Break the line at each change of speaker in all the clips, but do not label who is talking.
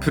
プ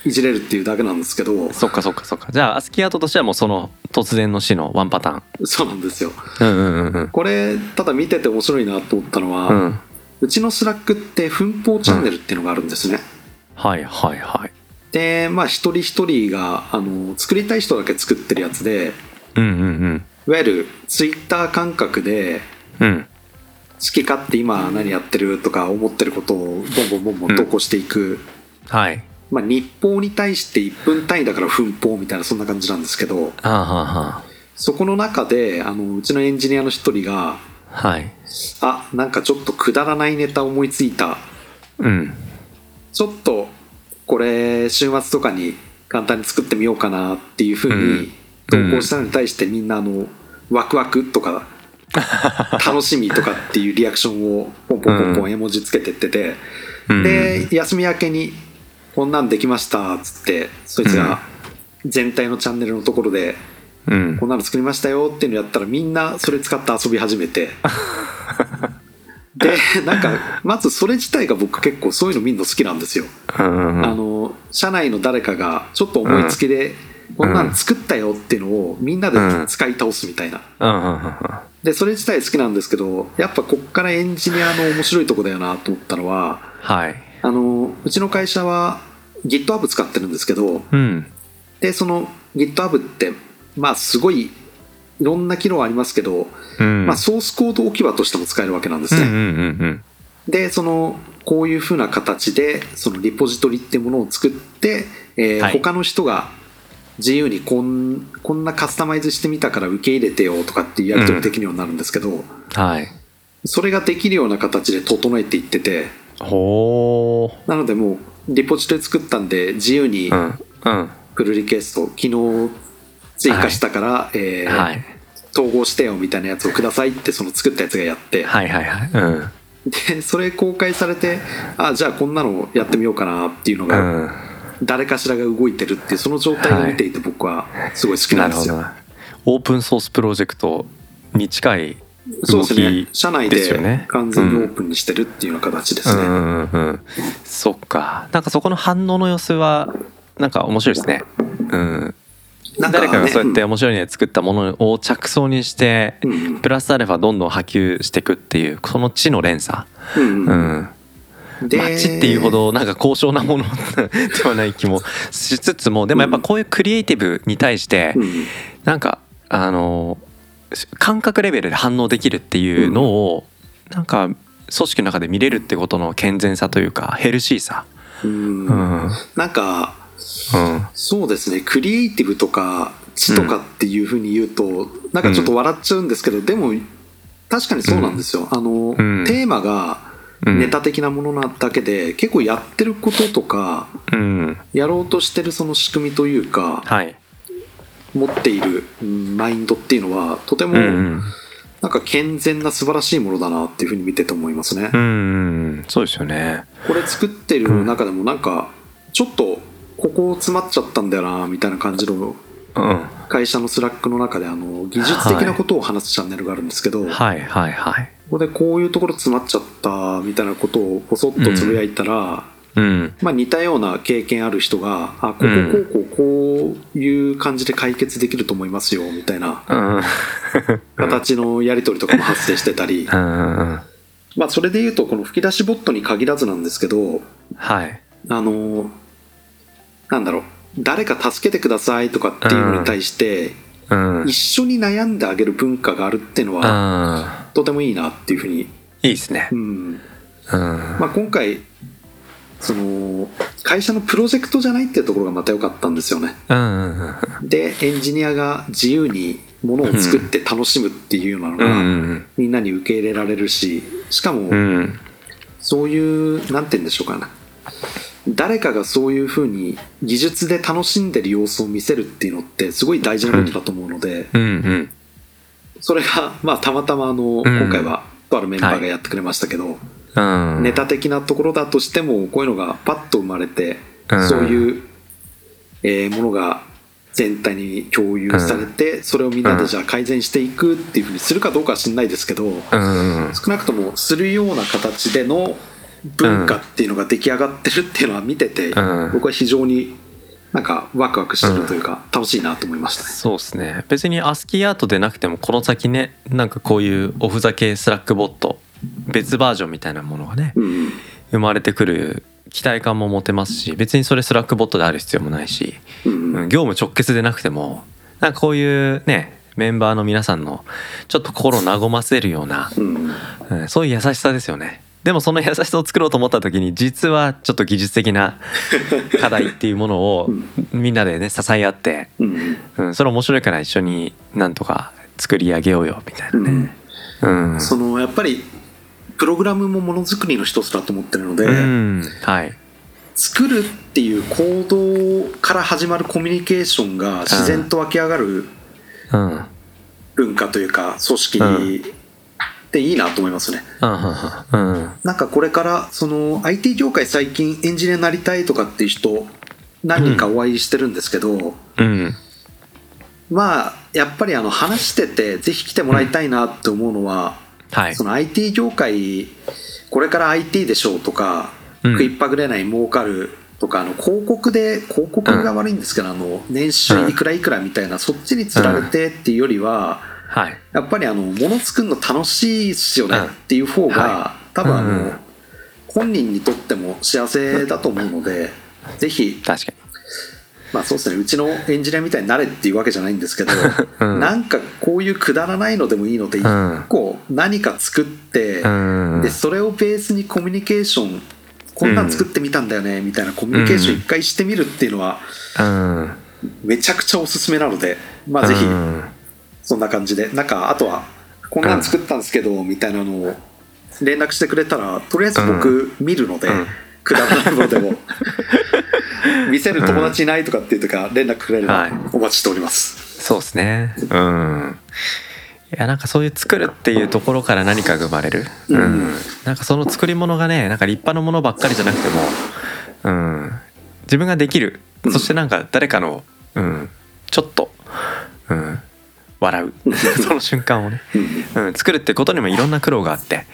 いじれるっていうだけなんですけど、
そっかそっかそっかじゃあアスキーアートとしてはもうその突然の死のワンパタ
そうなんですよ
ーンうんうんうん
これただ見てて面白いなと思ったのは、
う
うん
うん
ちのスラックって奮法チャンネルっていうのがあるんですね、
はいはいはい
でまあ一人一人があの作りたい人だけ作ってるやつで
うんうん
いわゆるツイッター感覚で
うんうん
好き勝手今何やってるとか思ってることをボンボンボンボン投稿していく、
はい
まあ、日報に対して1分単位だから奮報みたいなそんな感じなんですけど
あーは
そこの中であのうちのエンジニアの一人が
ーはーはい
あなんかちょっとくだらないネタ思いついた
うん
ちょっとこれ週末とかに簡単に作ってみようかなっていうふうに投
うん
稿したのに対してみんなあのワクワクと か楽しみとかっていうリアクションをポンポンポンポ
う
ン絵文字つけてってて
うん
で休み明けにこんなんできましたっつってそいつが全体のチャンネルのところで
うん
こんなの作りましたよっていうのやったらみんなそれ使って遊び始め てでなんかまずそれ自体が僕結構そういうの見るの好きなんですよ
うんうんう
あ
ん
の社内の誰かがちょっと思いつきで、こんなの作ったよっていうのをみんなで
うん
使い倒すみたいな、
うんうんうん
でそれ自体好きなんですけどやっぱこっからエンジニアの面白いとこだよなと思ったのは
はい。
あのうちの会社は GitHub 使ってるんですけど
うん。
でその GitHub ってまあすごいいろんな機能ありますけど、
うん。
まあ、ソースコード置き場としても使えるわけなんです
うん
ね、
うんうん
でそのこういうふうな形でそのリポジトリってものを作って、えー
はい
他の人が自由にこんこんなカスタマイズしてみたから受け入れてよとかっていうやり取りできるようになるんですけど、
うん。はい。
それができるような形で整えていってて
ほ
なのでもうリポジトリ作ったんで自由に
う。うん。うん。
プルリクエスト、昨日追加したから、えー
はい。
統合してよみたいなやつをくださいってその作ったやつがやって、
はいはいはいうん
でそれ公開されてあじゃあこんなのやってみようかなっていうの
う
が
ん
誰かしらが動いてるっていうその状態を見ていて僕はすごい好きな
なんる
で
ほ
す
ど
よ、
なオープンソースプロジェクトに近い
そう
動
です
き
ね社内
ですよ
で
ね
完全にオープンにしてるっていうような形です
う
ね、
んうんうんうんそっかなんかそこの反応の様子はなんか面白いですねうん
なんかね
誰かがそうやって面白いね作ったものを着想にして、
うんうん
プラスアルファどんどん波及していくっていうこの地の連鎖
うん
う
うん
ん
で
まあ地っていうほどなんか高尚なものではない気もしつつもでもやっぱこういうクリエイティブに対して
うん
なんかあの感覚レベルで反応できるっていうのをなんか組織の中で見れるってことの健全さというかヘルシーさ
うん
うんうん
なんかそうですねクリエイティブとか知とかっていうふうに言うと、なんかちょっと笑っちゃうんですけど、でも確かにそうなんですよ、あの、
ん
テーマが
うん
ネタ的なものなだけで、結構やってることとか
うん
やろうとしてるその仕組みというか
はい
持っているうんマインドっていうのはとても
うんう
なん
ん
か健全な素晴らしいものだなっていうふうに見てて思いますね
うんう、んそうですよね
これ作ってる中でもなんかちょっとここ詰まっちゃったんだよなみたいな感じの
うん
会社のスラックの中であの技術的なことを話すチャンネルがあるんですけど、こ
はいはいはい
こでこういうところ詰まっちゃったみたいなことをぽそっとつぶやいたら、
うん
まあ、似たような経験ある人があここ
うん
こうこうこういう感じで解決できると思いますよみたいな
うん
形のやり取りとかも発生してた り、
うんうん
まあ、それで言うとこの吹き出しボットに限らずなんですけど
はい
あのなんだろう誰か助けてくださいとかっていうのに対して
うん
一緒に悩んであげる文化があるっていうのは
うん
とてもいいなっていうふうに、
いいですね
うん
うん
まあ、今回その会社のプロジェクトじゃないっていうところがまた良かったんですよね
うんうんうん
でエンジニアが自由にものを作って楽しむっていうようなの
う
が、
ん
みんなに受け入れられるししかも、
うんうん
そういうなんて言うんでしょうかな誰かがそういうふうに技術で楽しんでる様子を見せるっていうのってすごい大事なことだと思うので、
うん
それが、まあ、たまたまあの、今回はとあるメンバーがやってくれましたけど、
うん
ネタ的なところだとしてもこういうのがパッと生まれて、
うん
そういう、えーものが全体に共有されて、それをみんなでじゃあ改善していくっていうふうにするかどうかは知んないですけど、
うん
少なくともするような形での文化っていうのが出来上がってるっていうのは見てて、
うん
僕は非常になんかワクワクしてるというか、楽しいなと思いましたね。
そうですね別にアスキーアートでなくてもこの先ねなんかこういうおふざけスラックボット別バージョンみたいなものがね
うん
生まれてくる期待感も持てますし別にそれスラックボットである必要もないし、
うんう
うんん、業務直結でなくてもなんかこういうねメンバーの皆さんのちょっと心を和ませるような
うん
うんそういう優しさですよね。でもその優しさを作ろうと思った時に実はちょっと技術的な課題っていうものをみんなでね支え合って、
うん
うん、それ面白いから一緒になんとか作り上げようよみたいな
う
ね
ん。
うん。
そのやっぱりプログラムもものづくりの一つだと思ってるので、
うん、はい。
作るっていう行動から始まるコミュニケーションが自然と湧き上がる
うん。うん。
文化というか組織
うん
でいいなと思いますね。
うん。うん。
なんかこれからその IT 業界最近エンジニアになりたいとかっていう人何人かお会いしてるんですけど、
うん。
まあやっぱりあの話しててぜひ来てもらいたいなって思うのは、
はい
そ。の IT 業界これから IT でしょうとか、
うん
食いっぱぐれない儲かるとかあの広告で広告が悪いんですけど、あの年収いくらいくらみたいな、そっちにつられてっていうよりは、
はい。
やっぱりあのもの作るの楽しいっすよね
うん
っていう方が、
は
多分あの、
うん
本人にとっても幸せだと思うので、ぜひ、
確か
まあそうですね、うちのエンジニアみたいになれっていうわけじゃないんですけど、
に。 うん。
なんかこういうくだらないのでもいいので、一
うん。
個何か作って、
うん。
でそれをベースにコミュニケーションこんなん作ってみたんだよねみたいなコミュニケーション一回してみるっていうのは
うん。
めちゃくちゃおすすめなので、まあ、ぜひ
うん
そんな感じでなんかあとはこんなん作ったんですけどみたいなのを連絡してくれたらとりあえず僕見るので、
うん
くだらないの でも見せる友達いないとかっていうとか連絡くれれば
はい
お待ちしております。
そうですね。うん。いやなんかそういう作るっていうところから何かが生まれる、うん
うん
なんかその作り物がねなんか立派なものばっかりじゃなくても、うん、自分ができる
うん
そしてなんか誰かの、うん、ちょっと、うん、笑 うその瞬間をね、うん、作るってことにもいろんな苦労があって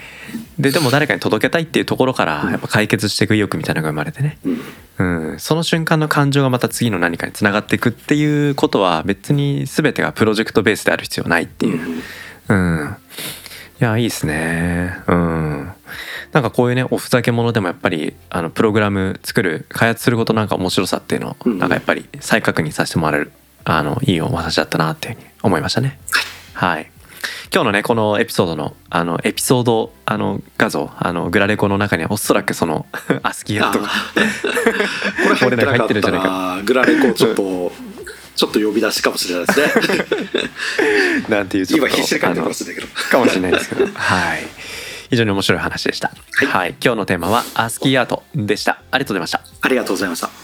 ででも誰かに届けたいっていうところからやっぱ解決していく意欲みたいなのが生まれてね、
うん
うん、その瞬間の感情がまた次の何かにつながっていくっていうことは別に全てがプロジェクトベースである必要ないっていう。うん。いや、いいですね。うん。なんかこういうね、おふざけ者でもやっぱり、あの、プログラム作る、開発することなんか面白さっていうのを、
うん
なんかやっぱり再確認させてもらえる、あの、いいお話だったなっていうふうに思いましたね。はい。今日のね、このエピソードの、あの、エピソード、あの、画像、あの、グラレコの中にはおそらくその、 アスキーだとか、
これ入ってなか
俺らが入
っ
ってるじ
た
ゃない
らグラレコをちょっとちょっと呼び出しかもしれない ですね
なんていうちょっ
今
と
必死で書いてるか
あの
もしれないけど
かもしれないです けどはい非常に面白い話でした、はい今日のテーマは「アスキーアート」でしたありがとうございました
ありがとうございました